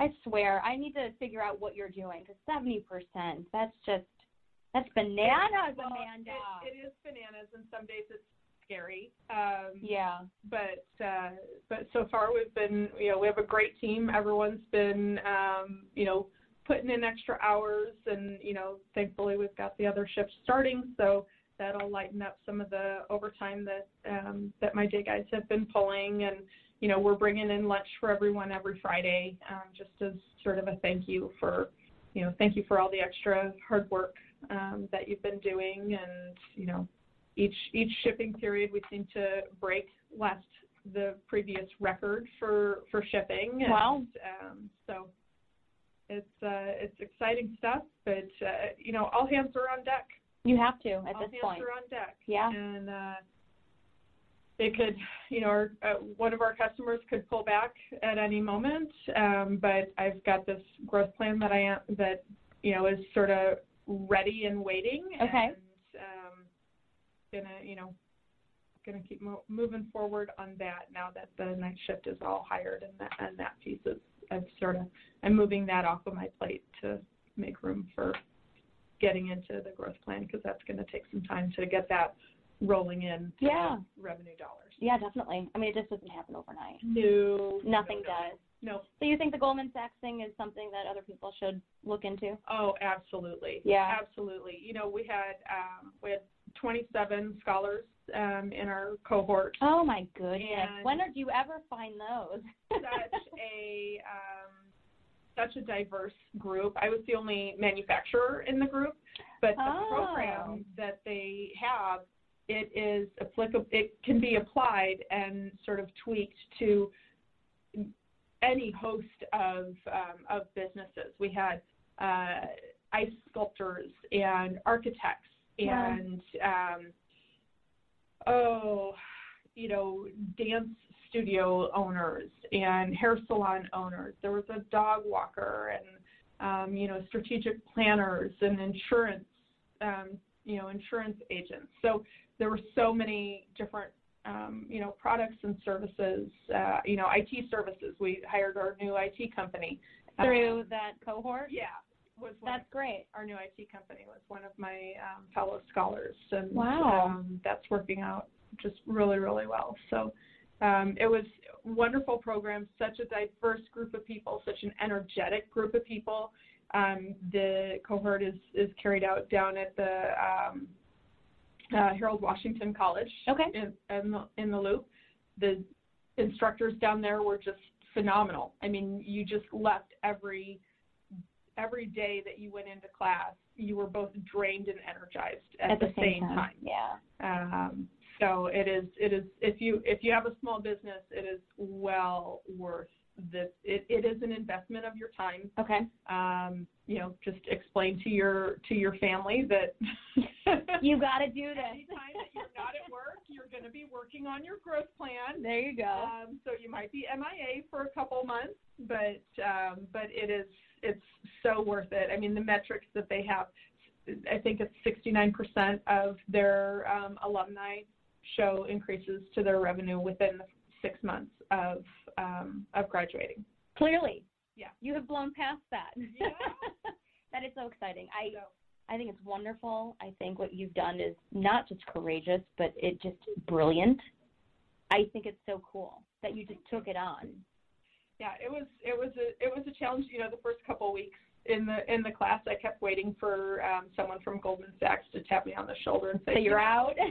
Speaker 2: I swear, I need to figure out what you're doing because seventy percent. That's just that's bananas,
Speaker 3: Well,
Speaker 2: Amanda.
Speaker 3: It, it is bananas, and some days it's scary. Um,
Speaker 2: yeah.
Speaker 3: but uh, but so far we've been you know we have a great team. Everyone's been um, you know putting in extra hours, and you know thankfully we've got the other shift starting, so that'll lighten up some of the overtime that um, that my day guys have been pulling, and you know we're bringing in lunch for everyone every Friday, um, just as sort of a thank you for you know thank you for all the extra hard work um, that you've been doing, and you know each each shipping period we seem to break last the previous record for for shipping and,
Speaker 2: Wow.
Speaker 3: um, so it's uh, it's exciting stuff but uh, you know all hands are on deck
Speaker 2: You have to at
Speaker 3: all
Speaker 2: this
Speaker 3: hands
Speaker 2: point.
Speaker 3: are on deck
Speaker 2: Yeah.
Speaker 3: and uh, it could you know our, uh, one of our customers could pull back at any moment um, but I've got this growth plan that I am that you know is sort of ready and waiting
Speaker 2: Okay.
Speaker 3: and um, gonna you know gonna keep mo- moving forward on that now that the night shift is all hired and that and that piece is I've sort of I'm moving that off of my plate to make room for getting into the growth plan because that's going to take some time to get that rolling in to
Speaker 2: Yeah.
Speaker 3: revenue dollars.
Speaker 2: Yeah, definitely. I mean, it just doesn't happen overnight.
Speaker 3: No,
Speaker 2: Nothing
Speaker 3: no, no,
Speaker 2: does.
Speaker 3: No.
Speaker 2: So you think the Goldman Sachs thing is something that other people should look into?
Speaker 3: Oh, absolutely.
Speaker 2: Yeah.
Speaker 3: Absolutely. You know, we had um, we had 27 scholars um, in our cohort.
Speaker 2: Oh my goodness!
Speaker 3: And-
Speaker 2: when are, do you ever find those?
Speaker 3: such a um, such a diverse group. I was the only manufacturer in the group, but the
Speaker 2: Oh.
Speaker 3: program that they have it is applicable. It can be applied and sort of tweaked to any host of um, of businesses. We had uh, ice sculptors and architects
Speaker 2: Wow.
Speaker 3: and um, oh, you know, dance studio owners and hair salon owners. There was a dog walker and um, you know strategic planners and insurance um, you know insurance agents. So there were so many different um, you know products and services. Uh, you know IT services. We hired our new IT company
Speaker 2: Through
Speaker 3: Um,
Speaker 2: that cohort?
Speaker 3: yeah, was one of
Speaker 2: That's great.
Speaker 3: our new IT company was one of my um, fellow scholars, and
Speaker 2: Wow.
Speaker 3: um, that's working out just really, really well. So um, it was a wonderful program, such a diverse group of people, such an energetic group of people. Um, the cohort is is carried out down at the um, uh, Harold Washington College
Speaker 2: Okay.
Speaker 3: in, in, the, in the loop. The instructors down there were just phenomenal. I mean, you just left every every day that you went into class, you were both drained and energized at,
Speaker 2: At the, same, time.
Speaker 3: time.
Speaker 2: Yeah.
Speaker 3: Um, so it is it is if you if you have a small business, it is well worth this it, it is an investment of your time.
Speaker 2: Okay.
Speaker 3: Um, you know, just explain to your to your family that
Speaker 2: You got to do
Speaker 3: anytime
Speaker 2: this.
Speaker 3: that you're not at work, you're going to be working on your growth plan.
Speaker 2: There you go.
Speaker 3: Um, so you might be MIA for a couple months, but um, but it is it's so worth it. I mean, the metrics that they have, I think it's 69% of their um, alumni show increases to their revenue within the six months of um, of graduating.
Speaker 2: Clearly.
Speaker 3: Yeah.
Speaker 2: You have blown past that.
Speaker 3: Yeah.
Speaker 2: that is so exciting. I
Speaker 3: So,
Speaker 2: I think it's wonderful. I think what you've done is not just courageous, but it just brilliant. I think it's so cool that you just took it on.
Speaker 3: yeah, it was it was a it was a challenge. You know, the first couple weeks in the in the class, I kept waiting for um, someone from Goldman Sachs to tap me on the shoulder and say,
Speaker 2: So you're out.
Speaker 3: we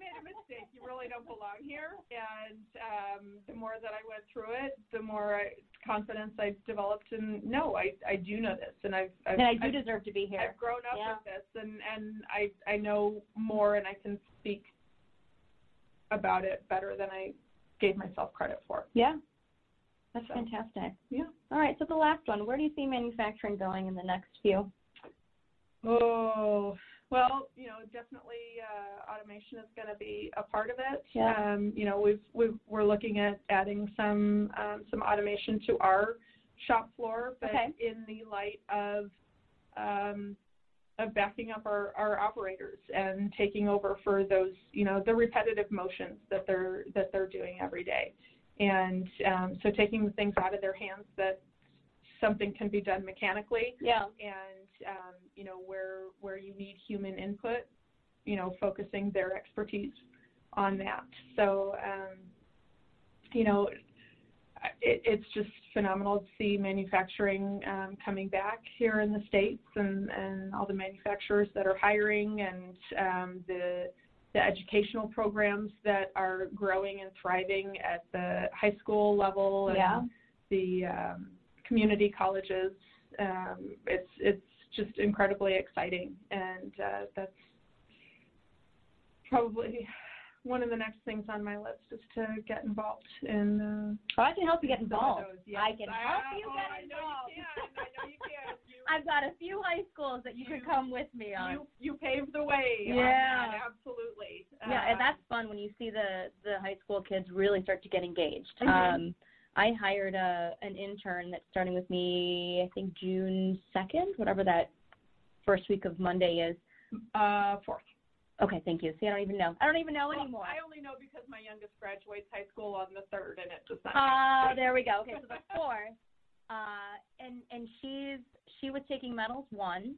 Speaker 3: made a mistake. You really don't belong here. And um, the more that I went through it, the more I, confidence I developed. And no, I, I do know this, and I've I've,
Speaker 2: and I do
Speaker 3: I've,
Speaker 2: deserve to be here.
Speaker 3: I've grown up
Speaker 2: Yeah.
Speaker 3: with this, and and I I know more, and I can speak about it better than I gave myself credit for.
Speaker 2: Yeah. That's
Speaker 3: So.
Speaker 2: fantastic.
Speaker 3: Yeah.
Speaker 2: All right, so the last one. Where do you see manufacturing going in the next few?
Speaker 3: Oh, well, you know, definitely uh, automation is going to be a part of it.
Speaker 2: Yeah.
Speaker 3: Um, you know, we've, we've we're looking at adding some um, some automation to our shop floor, but
Speaker 2: Okay.
Speaker 3: in the light of um, of backing up our, our operators and taking over for those, you know, the repetitive motions that they're that they're doing every day, and um, so taking the things out of their hands that something can be done mechanically
Speaker 2: Yeah.
Speaker 3: and um, you know where where you need human input, you know, focusing their expertise on that. So um, you know, I- it, it's just phenomenal to see manufacturing um, coming back here in the states, and and all the manufacturers that are hiring, and um, the the educational programs that are growing and thriving at the high school level and
Speaker 2: Yeah.
Speaker 3: the um, community colleges. Um, it's it's just incredibly exciting, and uh, that's probably one of the next things on my list is to get involved in. Uh,
Speaker 2: Well, Oh, I can help you get
Speaker 3: in some of
Speaker 2: involved.
Speaker 3: those. Yes.
Speaker 2: I can help
Speaker 3: ah,
Speaker 2: you
Speaker 3: oh,
Speaker 2: get
Speaker 3: I know
Speaker 2: involved.
Speaker 3: You can. I know you can. You,
Speaker 2: I've got a few high schools that you
Speaker 3: You-
Speaker 2: could come with me on.
Speaker 3: you you paved the way. on
Speaker 2: Yeah.
Speaker 3: that, absolutely.
Speaker 2: yeah,
Speaker 3: Um,
Speaker 2: and that's fun when you see the the high school kids really start to get engaged.
Speaker 3: Mhm.
Speaker 2: Um, I hired a an intern that's starting with me. I think June second, whatever that first week of Monday is.
Speaker 3: uh, fourth.
Speaker 2: Okay, thank you. See, I don't even know. I don't even know
Speaker 3: Well,
Speaker 2: anymore.
Speaker 3: I only know because my youngest graduates high school on the third, and it does not.
Speaker 2: Ah, there we go. Okay, so the fourth, uh, and and she's she was taking medals one,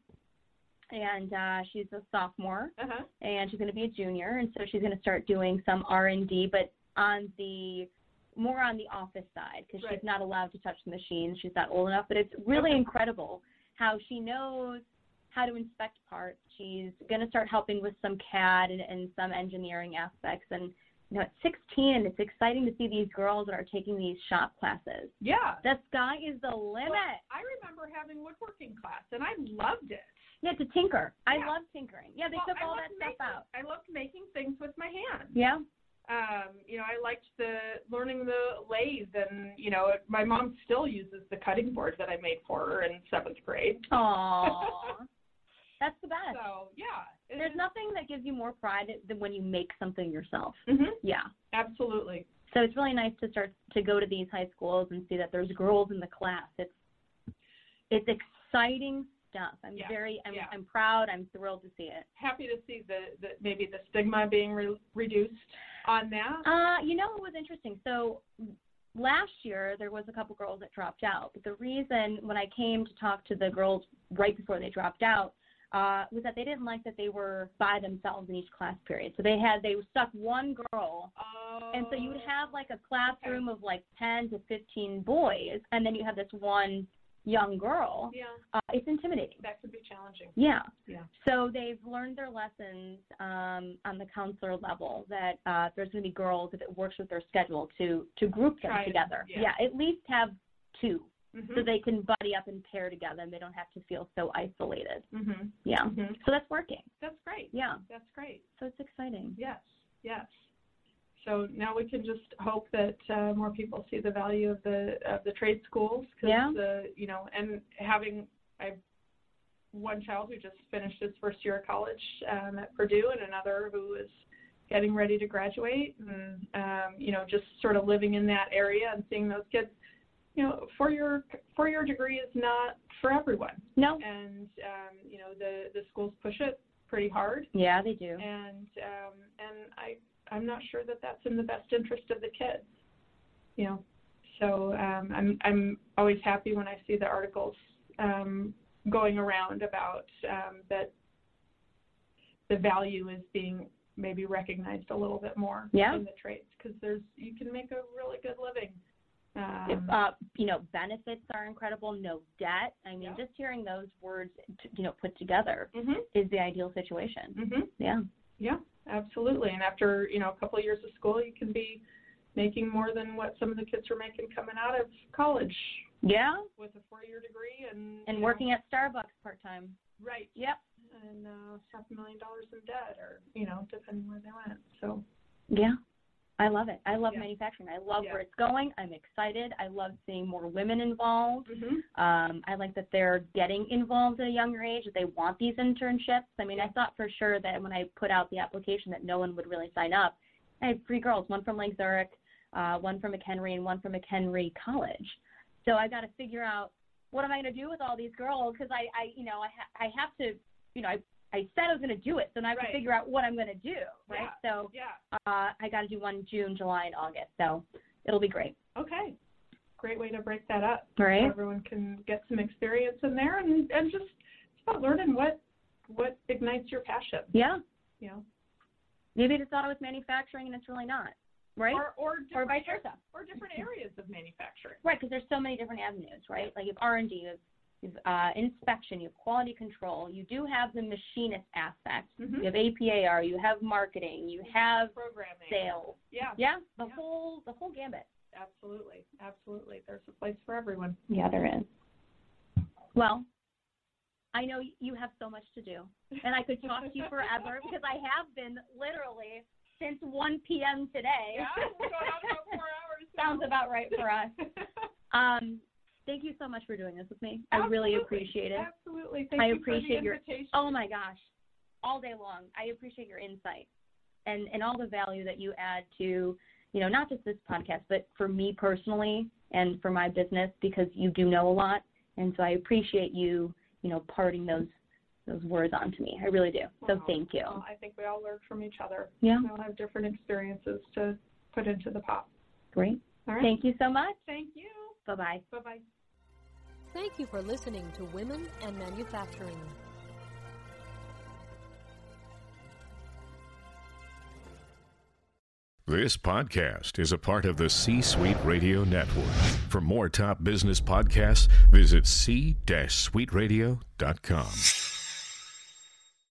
Speaker 2: and uh, she's a sophomore.
Speaker 3: uh-huh.
Speaker 2: and she's going to be a junior, and so she's going to start doing some R and D, but on the more on the office side because she's
Speaker 3: Right.
Speaker 2: not allowed to touch the machines. She's not old enough, but it's really
Speaker 3: Okay.
Speaker 2: incredible how she knows how to inspect parts. She's going to start helping with some CAD and, and some engineering aspects, and you know, at 16, it's exciting to see these girls that are taking these shop classes.
Speaker 3: Yeah.
Speaker 2: The sky is the limit.
Speaker 3: I remember having woodworking class, and I loved it.
Speaker 2: Yeah, to tinker. I
Speaker 3: Yeah.
Speaker 2: love tinkering. Yeah, they
Speaker 3: Well,
Speaker 2: took
Speaker 3: I
Speaker 2: all
Speaker 3: loved
Speaker 2: that stuff
Speaker 3: making-
Speaker 2: out.
Speaker 3: I loved making things with my hands.
Speaker 2: Yeah.
Speaker 3: Um, you know, I liked the learning the lathe, and you know, my mom still uses the cutting board that I made for her in seventh grade.
Speaker 2: Oh, Aww. That's the best.
Speaker 3: So yeah, it
Speaker 2: There's
Speaker 3: is-
Speaker 2: nothing that gives you more pride than when you make something yourself.
Speaker 3: Mhm,
Speaker 2: Yeah.
Speaker 3: absolutely.
Speaker 2: So it's really nice to start to go to these high schools and see that there's girls in the class. It's it's exciting stuff. I'm
Speaker 3: Yeah.
Speaker 2: very I'm
Speaker 3: Yeah.
Speaker 2: I'm proud. I'm thrilled to see it.
Speaker 3: Happy to see the, the maybe the stigma being re- reduced on that.
Speaker 2: Uh, you know it was interesting. So last year there was a couple girls that dropped out, but the reason when I came to talk to the girls right before they dropped out uh, was that they didn't like that they were by themselves in each class period. So they had they stuck one girl
Speaker 3: Oh,
Speaker 2: Uh, And so you would have like a classroom of like 10 to 15 boys, and then you have this one young girl.
Speaker 3: Oh, yeah,
Speaker 2: Uh, it's intimidating.
Speaker 3: that could be challenging.
Speaker 2: Yeah.
Speaker 3: Yeah.
Speaker 2: So they've learned their lessons um, on the counselor level that uh, there's going to be girls if it works with their schedule to to group them
Speaker 3: Try it,
Speaker 2: together.
Speaker 3: yeah.
Speaker 2: At least have two so
Speaker 3: Mhm.
Speaker 2: they can buddy up and pair together, and they don't have to feel so isolated.
Speaker 3: Mhm.
Speaker 2: Yeah.
Speaker 3: Mhm.
Speaker 2: So that's working.
Speaker 3: That's great.
Speaker 2: Yeah.
Speaker 3: That's great.
Speaker 2: So it's exciting.
Speaker 3: Yes, yes. So now we can just hope that uh, more people see the value of the of the trade schools. Cause,
Speaker 2: Yeah.
Speaker 3: uh, you know, and having I have one child who just finished his first year of college um, at Purdue, and another who is getting ready to graduate, and um, you know, just sort of living in that area and seeing those kids. You know, four year four year degree is not for everyone,
Speaker 2: No.
Speaker 3: and um, you know the the schools push it pretty hard
Speaker 2: Yeah, they do.
Speaker 3: and um, and I I'm not sure that that's in the best interest of the kids, you know. So um, I'm I'm always happy when I see the articles um, going around about um, that the value is being maybe recognized a little bit more
Speaker 2: Yeah.
Speaker 3: in the trades because there's you can make a really good living.
Speaker 2: If,
Speaker 3: Um,
Speaker 2: uh, you know, benefits are incredible. No debt. I mean,
Speaker 3: Yeah.
Speaker 2: just hearing those words, t- you know, put together
Speaker 3: mhm.
Speaker 2: is the ideal situation.
Speaker 3: Mhm.
Speaker 2: Yeah.
Speaker 3: Yeah, absolutely. And after you know a couple of years of school, you can be making more than what some of the kids were making coming out of college
Speaker 2: Yeah.
Speaker 3: with a four-year degree and
Speaker 2: And
Speaker 3: you know,
Speaker 2: working at Starbucks part time.
Speaker 3: right
Speaker 2: Yep.
Speaker 3: and uh, half a million dollars in debt, or you know depending where they went. So
Speaker 2: Yeah. I love it. I love
Speaker 3: Yeah.
Speaker 2: manufacturing. I love
Speaker 3: Yeah.
Speaker 2: where it's going. I'm excited. I love seeing more women involved. Um, I like that they're getting involved at a younger age. That they want these internships. I mean, I thought for sure that when I put out the application that no one would really sign up. I had three girls, one from Lake Zurich, uh, one from McHenry, and one from McHenry College. So I got to figure out what am I going to do with all these girls because I, I, you know, I, ha- I have to, you know, I, I said I was going to do it, so now I have
Speaker 3: Right.
Speaker 2: to figure out what I'm going to do, right? So
Speaker 3: yeah,
Speaker 2: uh, I got to do one June, July, and August. So it'll be great,
Speaker 3: okay, great way to break that up.
Speaker 2: right?
Speaker 3: Everyone can get some experience in there, and and just it's about learning what what ignites your passion.
Speaker 2: Yeah.
Speaker 3: You know,
Speaker 2: Maybe they thought it was manufacturing and it's really not, right?
Speaker 3: or or
Speaker 2: Or,
Speaker 3: different,
Speaker 2: vice versa,
Speaker 3: or different areas of manufacturing.
Speaker 2: right? Because there's so many different avenues, right? Like you have R and D, you have, you have uh, inspection, you have quality control, you do have the machinist aspect,
Speaker 3: Mm-hmm.
Speaker 2: you have APAR, you have marketing, you have
Speaker 3: programming.
Speaker 2: sales.
Speaker 3: Yeah,
Speaker 2: Yeah, the
Speaker 3: Yeah.
Speaker 2: whole the whole gambit.
Speaker 3: absolutely, absolutely. There's a place for everyone.
Speaker 2: Yeah, there is. Well, I know you have so much to do, and I could talk to you forever because I have been literally since 1 p.m. today.
Speaker 3: Yeah, we're going on about four hours.
Speaker 2: Sounds
Speaker 3: now.
Speaker 2: about right for us. Um, thank you so much for doing this with me. I really
Speaker 3: Absolutely.
Speaker 2: appreciate it.
Speaker 3: Absolutely. Thank
Speaker 2: I
Speaker 3: you
Speaker 2: appreciate
Speaker 3: for the
Speaker 2: your-
Speaker 3: invitation.
Speaker 2: Oh my gosh, all day long. I appreciate your insight and and all the value that you add to you know not just this podcast, but for me personally and for my business because you do know a lot, and so I appreciate you you know parting those those words onto me. I really do. So
Speaker 3: Wow.
Speaker 2: thank you.
Speaker 3: Well, I think we all learn from each other.
Speaker 2: Yeah,
Speaker 3: We all have different experiences to put into the pot.
Speaker 2: great.
Speaker 3: All right.
Speaker 2: Thank you so much.
Speaker 3: Thank you.
Speaker 2: Bye bye.
Speaker 3: Bye bye.
Speaker 1: Thank you for listening to Women and Manufacturing.
Speaker 4: This podcast is a part of the C Suite Radio Network. For more top business podcasts, visit c-suiteradio.com.